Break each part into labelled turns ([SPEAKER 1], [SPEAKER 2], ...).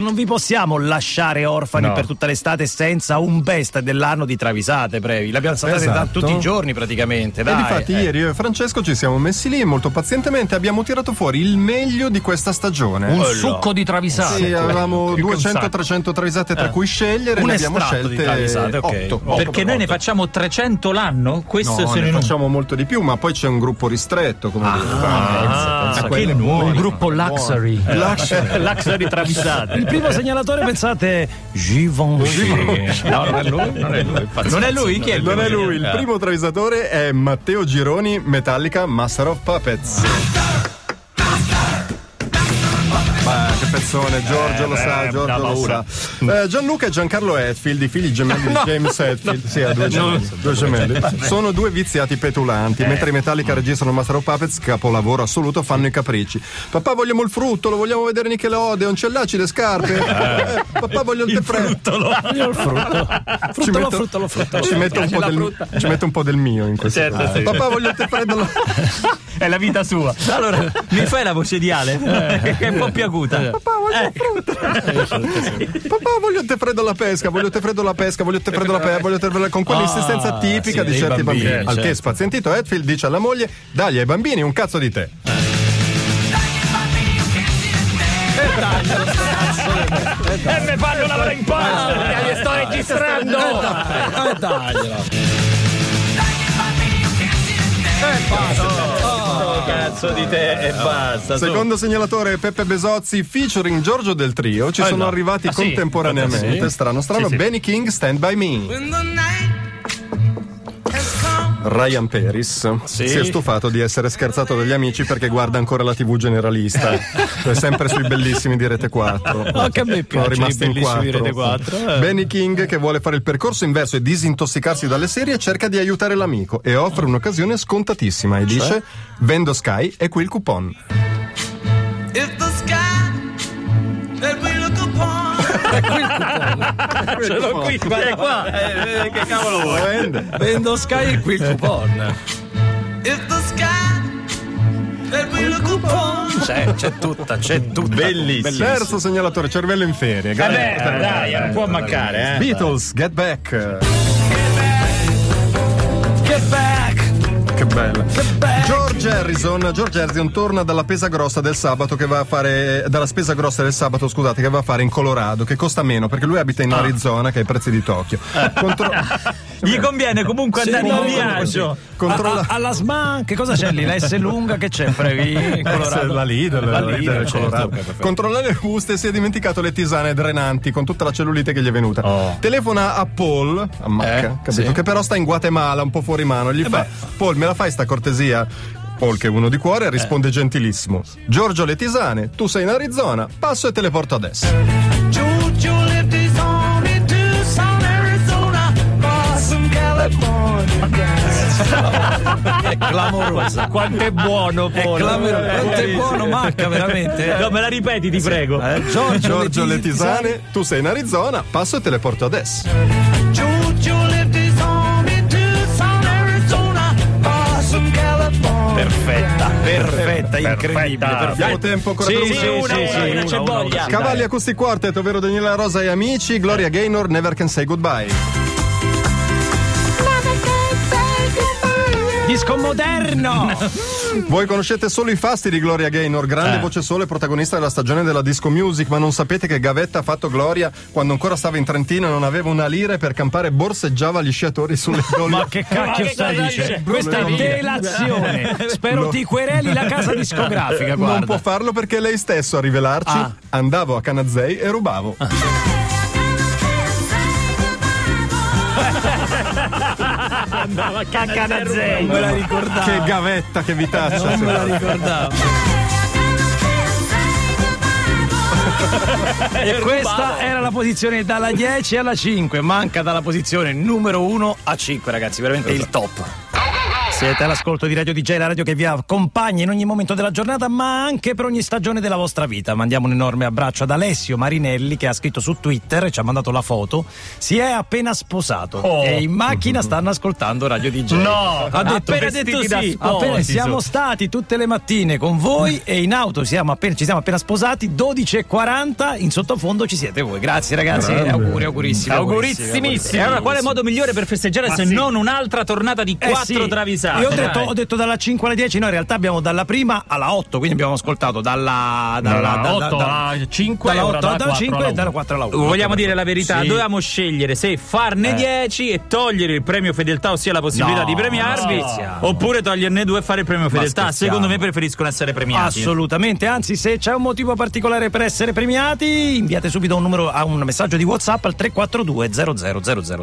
[SPEAKER 1] Non vi possiamo lasciare orfani
[SPEAKER 2] No.
[SPEAKER 1] per tutta l'estate senza un best dell'anno di travisate, brevi. L'abbiamo saltate da
[SPEAKER 2] Esatto.
[SPEAKER 1] tutti i giorni praticamente.
[SPEAKER 2] E
[SPEAKER 1] dai,
[SPEAKER 2] difatti
[SPEAKER 1] eh.
[SPEAKER 2] ieri io e Francesco ci siamo messi lì e molto pazientemente abbiamo tirato fuori il meglio di questa stagione.
[SPEAKER 3] un
[SPEAKER 1] Quello. Eh.
[SPEAKER 3] succo di travisate.
[SPEAKER 2] sì,
[SPEAKER 4] esatto.
[SPEAKER 2] avevamo
[SPEAKER 3] Più che un
[SPEAKER 2] 200
[SPEAKER 3] sacco.
[SPEAKER 2] 300 travisate tra cui scegliere
[SPEAKER 1] Un
[SPEAKER 2] ne abbiamo
[SPEAKER 1] estratto di
[SPEAKER 2] scelte
[SPEAKER 1] travisate, ok.
[SPEAKER 2] 8.
[SPEAKER 1] Oh,
[SPEAKER 4] Perché noi ne facciamo 300 l'anno? Questo
[SPEAKER 2] No,
[SPEAKER 4] se
[SPEAKER 2] ne
[SPEAKER 4] non
[SPEAKER 2] facciamo molto di più, ma poi c'è un gruppo ristretto, come dire.
[SPEAKER 1] pensa,
[SPEAKER 2] Ah,
[SPEAKER 1] che
[SPEAKER 2] quello Eh, è
[SPEAKER 1] nuovo.
[SPEAKER 2] buono, Eh.
[SPEAKER 3] Il gruppo
[SPEAKER 2] quello è
[SPEAKER 3] Luxury.
[SPEAKER 2] buono. Luxury.
[SPEAKER 4] Luxury
[SPEAKER 1] Il
[SPEAKER 4] travisate.
[SPEAKER 1] primo segnalatore, pensate, Givenchy.
[SPEAKER 4] No, non è lui, non è lui. Non è lui, chi è il
[SPEAKER 2] Non
[SPEAKER 4] primo?
[SPEAKER 2] è lui, il primo travisatore è Matteo Gironi, Metallica, Master of Puppets. Beh, che pezzone, Giorgio lo sa,
[SPEAKER 4] beh,
[SPEAKER 2] Giorgio
[SPEAKER 4] dà
[SPEAKER 2] lo
[SPEAKER 4] paura.
[SPEAKER 2] sa. Eh, Gianluca e Giancarlo Hetfield, i figli gemelli di James Hetfield, sì, ha due gemelli, due gemelli. sono due viziati petulanti. Mentre i Metallica registrano Master of Puppets, capolavoro assoluto, fanno i capricci. Papà, vogliamo il frutto, lo vogliamo vedere Nickelodeon, c'è là, c'è le scarpe. Eh, papà, voglio il, il
[SPEAKER 1] Io il frutto.
[SPEAKER 2] ci
[SPEAKER 1] Fruttolo,
[SPEAKER 2] metto,
[SPEAKER 1] fruttolo, fruttolo.
[SPEAKER 2] ci metto un po' del, ci metto un po' del mio in questo
[SPEAKER 4] Certo,
[SPEAKER 2] caso.
[SPEAKER 4] sì.
[SPEAKER 2] papà voglio il tè freddo alla-
[SPEAKER 4] È la vita sua. Allora, mi fai la voce di Ale?
[SPEAKER 2] Eh.
[SPEAKER 4] Che è un po' più acuta.
[SPEAKER 2] papà voglio il frutto papà voglio il tè freddo alla pesca voglio il tè freddo alla pesca voglio il tè freddo alla pesca voglio il tè freddo alla- con quell'insistenza tipica
[SPEAKER 1] sì,
[SPEAKER 2] di
[SPEAKER 1] dei
[SPEAKER 2] certi bambini,
[SPEAKER 1] bambini,
[SPEAKER 2] al
[SPEAKER 1] certo.
[SPEAKER 2] che spazientito Hetfield dice alla moglie dagli ai bambini un cazzo di tè
[SPEAKER 4] E mi fanno lavorare in pasta. Li Ah, sto registrando. Cazzo di te e basta. su.
[SPEAKER 2] secondo segnalatore Peppe Besozzi featuring Giorgio del Trio ci sono arrivati
[SPEAKER 4] Ah, sì.
[SPEAKER 2] contemporaneamente strano strano Benny King Stand By Me
[SPEAKER 5] When the night has come,
[SPEAKER 2] Ryan Peris si è stufato di essere scherzato dagli amici perché guarda ancora la TV generalista. È sempre sui bellissimi di Rete 4.
[SPEAKER 1] che a me piacciono i bellissimi di Rete 4, eh.
[SPEAKER 2] Benny King, che vuole fare il percorso inverso e disintossicarsi dalle serie, cerca di aiutare l'amico e offre un'occasione scontatissima e
[SPEAKER 1] Cioè?
[SPEAKER 2] dice: Vendo Sky e qui il coupon.
[SPEAKER 5] if the sky that we look upon
[SPEAKER 4] Ce l'ho qui, guarda qua. Eh, eh, Che cavolo vuoi?
[SPEAKER 2] Lo vende.
[SPEAKER 1] Vendo Sky e qui il coupon.
[SPEAKER 5] if the sky that we look upon
[SPEAKER 1] C'è, c'è tutta, c'è tutta.
[SPEAKER 2] Terzo segnalatore, cervello in ferie.
[SPEAKER 4] Vabbè,
[SPEAKER 2] Grande.
[SPEAKER 4] dai, non può mancare, eh.
[SPEAKER 2] Beatles, get back.
[SPEAKER 1] Get back!
[SPEAKER 2] Che bello. George Harrison, George Harrison torna dalla pesa grossa del sabato che va a fare dalla spesa grossa del sabato, scusate, che va a fare in Colorado, che costa meno perché lui abita in Arizona che ha i prezzi di Tokyo. Contro-
[SPEAKER 4] Gli conviene comunque andare
[SPEAKER 1] no,
[SPEAKER 4] in
[SPEAKER 1] comunque
[SPEAKER 4] viaggio.
[SPEAKER 2] controlla
[SPEAKER 1] A- a- alla SMA, che cosa c'è lì? La S lunga che c'è, brevi? in Colorado?
[SPEAKER 2] Eh, Lidl,
[SPEAKER 1] La Lidl, certo,
[SPEAKER 2] Controlla le buste e si è dimenticato le tisane drenanti con tutta la cellulite che gli è venuta.
[SPEAKER 1] Oh.
[SPEAKER 2] Telefona a Paul, a
[SPEAKER 1] Eh,
[SPEAKER 2] Macca, capito? Che però sta in Guatemala, un po' fuori mano. e Gli fa: Paul, me la fai sta cortesia? Paul, che è uno di cuore, risponde
[SPEAKER 1] Eh.
[SPEAKER 2] gentilissimo: Giorgio le tisane, tu sei in Arizona, passo e te le porto adesso.
[SPEAKER 5] Jojo lived his only to South Arizona for some California
[SPEAKER 1] Clamorosa.
[SPEAKER 4] Quanto è buono, poi.
[SPEAKER 1] Clamorosa. Eh, Quanto è buono, Macca, veramente. eh.
[SPEAKER 4] No, me la ripeti, ti prego.
[SPEAKER 1] Eh, Giorgio,
[SPEAKER 2] Giorgio le
[SPEAKER 1] ti-
[SPEAKER 2] tisane, tu sei in Arizona, passo e te le porto adesso.
[SPEAKER 5] Jojo lived his only to South Arizona for some California
[SPEAKER 4] Perfetta,
[SPEAKER 1] Perfetta, incredibile. perfetta.
[SPEAKER 2] Abbiamo tempo ancora
[SPEAKER 4] Sì,
[SPEAKER 2] per un
[SPEAKER 4] sì,
[SPEAKER 2] minuto?
[SPEAKER 4] una,
[SPEAKER 1] sì,
[SPEAKER 4] una,
[SPEAKER 1] sì,
[SPEAKER 4] una,
[SPEAKER 1] una,
[SPEAKER 4] c'è
[SPEAKER 1] una,
[SPEAKER 4] voglia.
[SPEAKER 2] Cavalli Acoustic Quartet, ovvero Daniela Rosa e amici,
[SPEAKER 1] Eh.
[SPEAKER 2] Gloria Gaynor, Never Can Say Goodbye.
[SPEAKER 1] Disco moderno!
[SPEAKER 2] Voi conoscete solo i fasti di Gloria Gaynor, grande
[SPEAKER 1] Eh.
[SPEAKER 2] voce solo e protagonista della stagione della disco music, ma non sapete che gavetta ha fatto Gloria quando ancora stava in Trentino e non aveva una lira e per campare borseggiava gli sciatori sulle
[SPEAKER 1] Ma
[SPEAKER 2] gole.
[SPEAKER 1] che cacchio
[SPEAKER 4] che
[SPEAKER 1] stai
[SPEAKER 4] cosa
[SPEAKER 1] dicendo?
[SPEAKER 4] dice?
[SPEAKER 1] Questa è
[SPEAKER 2] Problema.
[SPEAKER 1] delazione. Spero
[SPEAKER 2] No.
[SPEAKER 1] ti quereli la casa discografica,
[SPEAKER 2] Non può
[SPEAKER 1] guarda.
[SPEAKER 2] farlo perché è lei stesso a rivelarci
[SPEAKER 1] Ah.
[SPEAKER 2] andavo a Canazzei e rubavo.
[SPEAKER 4] Andava a caccanazzello.
[SPEAKER 1] Me la ricordavo.
[SPEAKER 2] Che gavetta, che vitaccia.
[SPEAKER 1] Non me la
[SPEAKER 2] signora.
[SPEAKER 1] ricordavo. E questa era la posizione dalla 10 alla 5. Manca dalla posizione numero 1 a 5, ragazzi. Veramente il top. Siete all'ascolto di Radio DJ, la radio che vi accompagna in ogni momento della giornata, ma anche per ogni stagione della vostra vita. Mandiamo un enorme abbraccio ad Alessio Marinelli che ha scritto su Twitter e ci ha mandato la foto. Si è appena sposato
[SPEAKER 4] Oh.
[SPEAKER 1] e in macchina stanno ascoltando Radio DJ.
[SPEAKER 4] No,
[SPEAKER 1] ha detto,
[SPEAKER 4] appena
[SPEAKER 1] vestiti
[SPEAKER 4] detto
[SPEAKER 1] da
[SPEAKER 4] sì,
[SPEAKER 1] sposi, appena- siamo
[SPEAKER 4] so.
[SPEAKER 1] stati tutte le mattine con voi e in auto siamo appena- ci siamo appena sposati, 12.40, in sottofondo ci siete voi. Grazie ragazzi, auguri, augurissimi.
[SPEAKER 4] Augurissimissimi. E allora, quale modo migliore per festeggiare se non un'altra tornata di
[SPEAKER 1] Eh
[SPEAKER 4] quattro
[SPEAKER 1] sì.
[SPEAKER 4] travisate?
[SPEAKER 1] Io ho detto,
[SPEAKER 4] Dai.
[SPEAKER 1] ho detto dalla 5 alle 10, noi in realtà abbiamo dalla prima alla 8, quindi abbiamo ascoltato dalla, dalla,
[SPEAKER 4] Dalla 8 alla 5
[SPEAKER 1] dalla
[SPEAKER 4] e ora
[SPEAKER 1] 8
[SPEAKER 4] dalla
[SPEAKER 1] alla
[SPEAKER 4] 4
[SPEAKER 1] 5
[SPEAKER 4] alla
[SPEAKER 1] e dalla
[SPEAKER 4] 1.
[SPEAKER 1] 4 alla 1.
[SPEAKER 4] Vogliamo dire la verità,
[SPEAKER 1] Sì. Eh.
[SPEAKER 4] dovevamo scegliere se farne 10 e togliere il premio fedeltà, ossia la possibilità
[SPEAKER 1] No,
[SPEAKER 4] di premiarvi,
[SPEAKER 1] no. Scherziamo.
[SPEAKER 4] oppure toglierne due e fare il premio fedeltà.
[SPEAKER 1] scherziamo.
[SPEAKER 4] Secondo me preferiscono essere premiati.
[SPEAKER 1] Assolutamente, anzi se c'è un motivo particolare per essere premiati, inviate subito un numero a un messaggio di WhatsApp al 342 00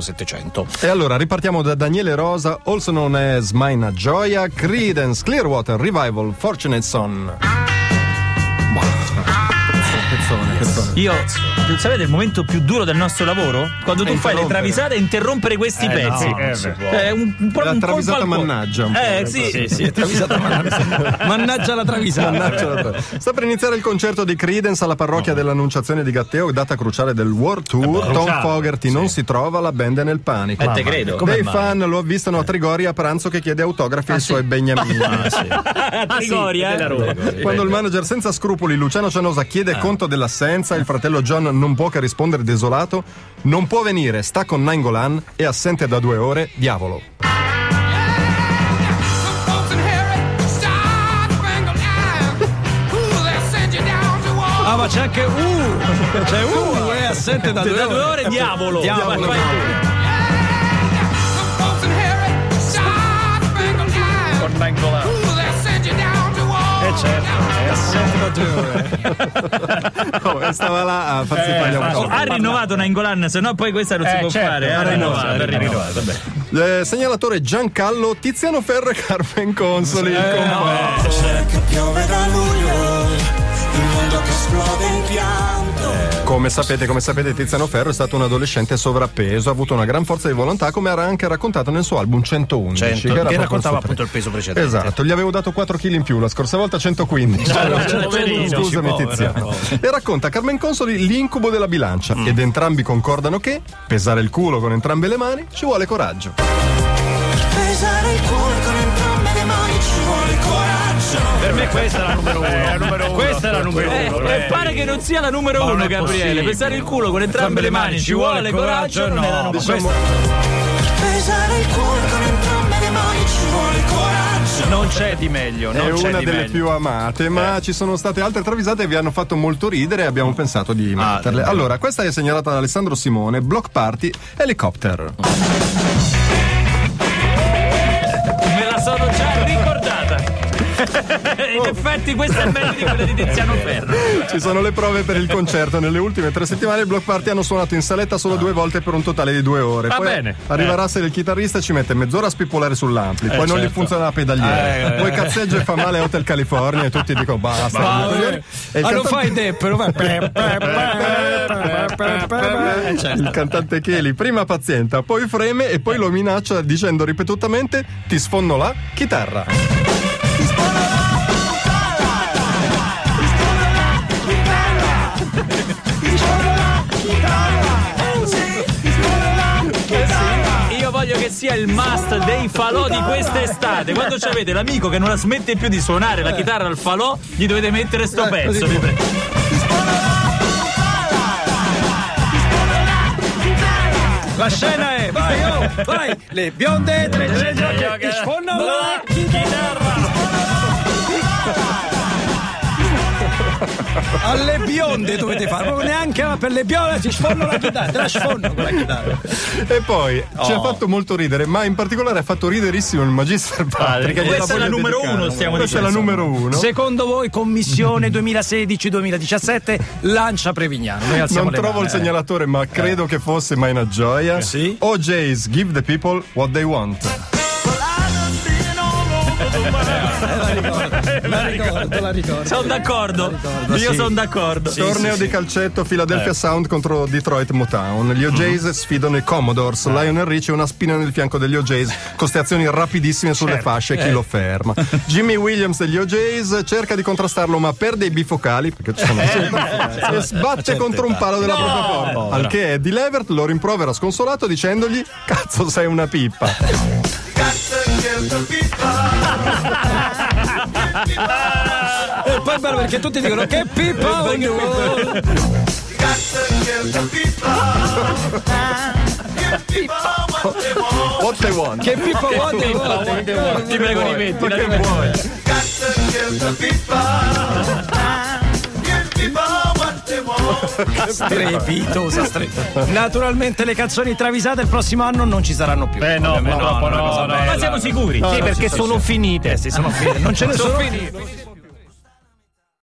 [SPEAKER 1] 700.
[SPEAKER 2] E allora ripartiamo da Daniele Rosa, also known as Maina Gioia, Credence Clearwater Revival Fortunate Son.
[SPEAKER 4] Io, sapete il momento più duro del nostro lavoro? Quando tu fai le
[SPEAKER 2] Eh, interrompere.
[SPEAKER 4] travisate e interrompere questi pezzi.
[SPEAKER 1] no, non
[SPEAKER 4] Eh,
[SPEAKER 1] si può.
[SPEAKER 4] È un, un,
[SPEAKER 2] La
[SPEAKER 4] un
[SPEAKER 2] travisata
[SPEAKER 4] colpo al cuore.
[SPEAKER 2] mannaggia, un po',
[SPEAKER 4] Eh,
[SPEAKER 2] eh,
[SPEAKER 4] sì.
[SPEAKER 1] Sì, sì, è travisata, mannaggia. mannaggia la
[SPEAKER 4] Esatto.
[SPEAKER 1] travisata.
[SPEAKER 2] Mannaggia la terra. Sta per iniziare il concerto di Credence alla parrocchia
[SPEAKER 4] Mm.
[SPEAKER 2] dell'Annunciazione di Gatteo, data cruciale del World Tour. Tom Fogerty non si trova, la band è nel panico.
[SPEAKER 4] Eh, te credo.
[SPEAKER 2] Dei fan lo avvistano a Trigori a pranzo che chiede autografi ai suoi beniamini.
[SPEAKER 4] Eh. Ah, Trigoria.
[SPEAKER 2] Quando il manager senza scrupoli Luciano Cianosa chiede
[SPEAKER 4] Ah.
[SPEAKER 2] conto dell'assenza, il fratello John non può che rispondere desolato: Non può venire, sta con Nangolan è assente da due ore, diavolo.
[SPEAKER 5] Some folks inherit star-spangled eyes. Ooh, they'll send you down to war.
[SPEAKER 1] Ah, ma c'è anche U! C'è U! È assente da due
[SPEAKER 4] Da due ore, diavolo.
[SPEAKER 1] Diavolo,
[SPEAKER 4] Vai, vai tu.
[SPEAKER 5] Some folks inherit star-spangled eyes. Ooh, they'll send you down to war.
[SPEAKER 1] È assente da due ore.
[SPEAKER 2] Oh, e stava là a farsi fare gli
[SPEAKER 4] Oh,
[SPEAKER 2] auguri.
[SPEAKER 4] ha rinnovato Nangolan, se no poi questa non si può fare. Eh, certo, Ha rinnovato, ha rinnovato.
[SPEAKER 2] Eh, segnalatore Giancallo, Tiziano Ferro e Carmen Consoli. il
[SPEAKER 3] Eh,
[SPEAKER 2] compagno.
[SPEAKER 3] Che certo, piove da luglio, il mondo che esplode in pianto.
[SPEAKER 2] Come sapete, come sapete, Tiziano Ferro è stato un adolescente sovrappeso, ha avuto una gran forza di volontà, come era anche raccontato nel suo album 111.
[SPEAKER 1] 100, che
[SPEAKER 2] proprio
[SPEAKER 1] raccontava
[SPEAKER 2] il suo
[SPEAKER 1] appunto il peso precedente.
[SPEAKER 2] Esatto, gli avevo dato 4 kg in più, la scorsa volta 115.
[SPEAKER 1] Cioè,
[SPEAKER 4] poverino,
[SPEAKER 2] Scusami, Tiziano. E racconta a Carmen Consoli l'incubo della bilancia.
[SPEAKER 1] Mm.
[SPEAKER 2] Ed entrambi concordano che pesare il culo con entrambe le mani ci vuole coraggio.
[SPEAKER 3] Pesare il cuore con entrambe le mani ci vuole coraggio.
[SPEAKER 1] Per me questa è la numero uno. Questa è la numero
[SPEAKER 4] Eh,
[SPEAKER 1] uno.
[SPEAKER 4] eh, pare che non sia la numero uno,
[SPEAKER 1] è
[SPEAKER 4] Gabriele.
[SPEAKER 1] possibile.
[SPEAKER 4] Pesare il culo con entrambe le mani ci vuole coraggio. Non è la numero
[SPEAKER 1] Diciamo-
[SPEAKER 3] Pesare il cuore con entrambe le mani ci vuole coraggio.
[SPEAKER 1] Non c'è di meglio,
[SPEAKER 2] È
[SPEAKER 1] non c'è
[SPEAKER 2] una
[SPEAKER 1] di
[SPEAKER 2] delle
[SPEAKER 1] meglio. Eh.
[SPEAKER 2] più amate, ma ci sono state altre travisate che vi hanno fatto molto ridere e abbiamo pensato di
[SPEAKER 1] Ah,
[SPEAKER 2] metterle.
[SPEAKER 1] eh.
[SPEAKER 2] Allora, questa è segnalata da Alessandro Simone, Block Party, Helicopter.
[SPEAKER 4] Me la sono già ricordata. In effetti, questa è meglio di quella di Tiziano Ferro.
[SPEAKER 2] Ci sono le prove per il concerto. Nelle ultime tre settimane il Block Party hanno suonato in saletta solo due volte per un totale di due ore.
[SPEAKER 4] Va
[SPEAKER 2] Poi
[SPEAKER 4] bene.
[SPEAKER 2] Arriva
[SPEAKER 1] Eh.
[SPEAKER 2] Russell, il chitarrista, e ci mette mezz'ora a spippolare sull'ampli. Poi
[SPEAKER 1] certo.
[SPEAKER 2] non gli funziona la
[SPEAKER 1] Eh,
[SPEAKER 2] pedaliera. Poi cazzeggia e fa male a Hotel California e tutti dicono basta.
[SPEAKER 1] Ah,
[SPEAKER 2] E il
[SPEAKER 1] eh. Ah, lo
[SPEAKER 2] cantante-
[SPEAKER 1] fai Depp, lo fai. Pe, pe, pe, pe, pe, pe. Eh, certo.
[SPEAKER 2] Il cantante Kelly prima pazienta, poi freme e poi lo minaccia dicendo ripetutamente ti sfonno la chitarra.
[SPEAKER 4] Io voglio che sia il must dei falò di quest'estate. Quando ci avete l'amico che non la smette più di suonare la chitarra al falò, gli dovete mettere sto pezzo. vi prego.
[SPEAKER 1] La scena è, vai, oh, vai. Le bionde, tre, tre, tre, che sfondano la chitarra. Alle bionde dovete fare, proprio neanche per le bionde si sfonno la chitarra, te la sfonno con la chitarra.
[SPEAKER 2] E poi
[SPEAKER 4] Oh.
[SPEAKER 2] ci ha fatto molto ridere, ma in particolare ha fatto riderissimo il Magister Patrick.
[SPEAKER 4] questa
[SPEAKER 2] gliela
[SPEAKER 4] è la
[SPEAKER 2] voglio
[SPEAKER 4] numero
[SPEAKER 2] dedicare.
[SPEAKER 4] uno, stiamo
[SPEAKER 2] Questa è la
[SPEAKER 4] dicendo.
[SPEAKER 2] numero uno.
[SPEAKER 1] Secondo voi commissione 2016-2017 lancia Prevignano? Noi alziamo
[SPEAKER 2] non
[SPEAKER 1] le
[SPEAKER 2] trovo
[SPEAKER 1] mani.
[SPEAKER 2] il segnalatore, ma credo
[SPEAKER 4] Eh.
[SPEAKER 2] che fosse mai una gioia.
[SPEAKER 1] Sì.
[SPEAKER 2] OJ's Give the People What They Want.
[SPEAKER 6] la ricordo, la ricordo.
[SPEAKER 4] Sono d'accordo.
[SPEAKER 6] La ricordo,
[SPEAKER 4] Io
[SPEAKER 1] sì. Eh.
[SPEAKER 4] sono d'accordo.
[SPEAKER 2] Torneo di calcetto Philadelphia Sound contro Detroit Motown.
[SPEAKER 1] Mhm.
[SPEAKER 2] Gli OJs sfidano i
[SPEAKER 1] Eh.
[SPEAKER 2] Commodores. Lionel Richie ha una spina nel fianco degli OJs con steazioni rapidissime sulle
[SPEAKER 1] Certo.
[SPEAKER 2] fasce.
[SPEAKER 1] Eh.
[SPEAKER 2] Chi lo ferma? Jimmy Williams degli OJs cerca di contrastarlo, ma perde i bifocali perché ci
[SPEAKER 1] Eh,
[SPEAKER 2] sono sempre,
[SPEAKER 1] certo,
[SPEAKER 2] e sbatte contro un palo della propria porta. Al che Eddie Levert lo rimprovera sconsolato dicendogli: Cazzo, sei una pippa.
[SPEAKER 1] E poi è bello perché tutti dicono che pippa ognuno.
[SPEAKER 2] What they want.
[SPEAKER 1] Che pippa vuole
[SPEAKER 4] Ti prego rimetti. dai.
[SPEAKER 1] Strepitosa, strepitosa. Naturalmente le canzoni travisate il prossimo anno non ci saranno più.
[SPEAKER 7] Eh no,
[SPEAKER 1] Ovviamente,
[SPEAKER 7] purtroppo no, no,
[SPEAKER 4] Ma siamo sicuri.
[SPEAKER 7] Sì, perché sono finite.
[SPEAKER 1] Sì, sono finite. Non ce ne sono,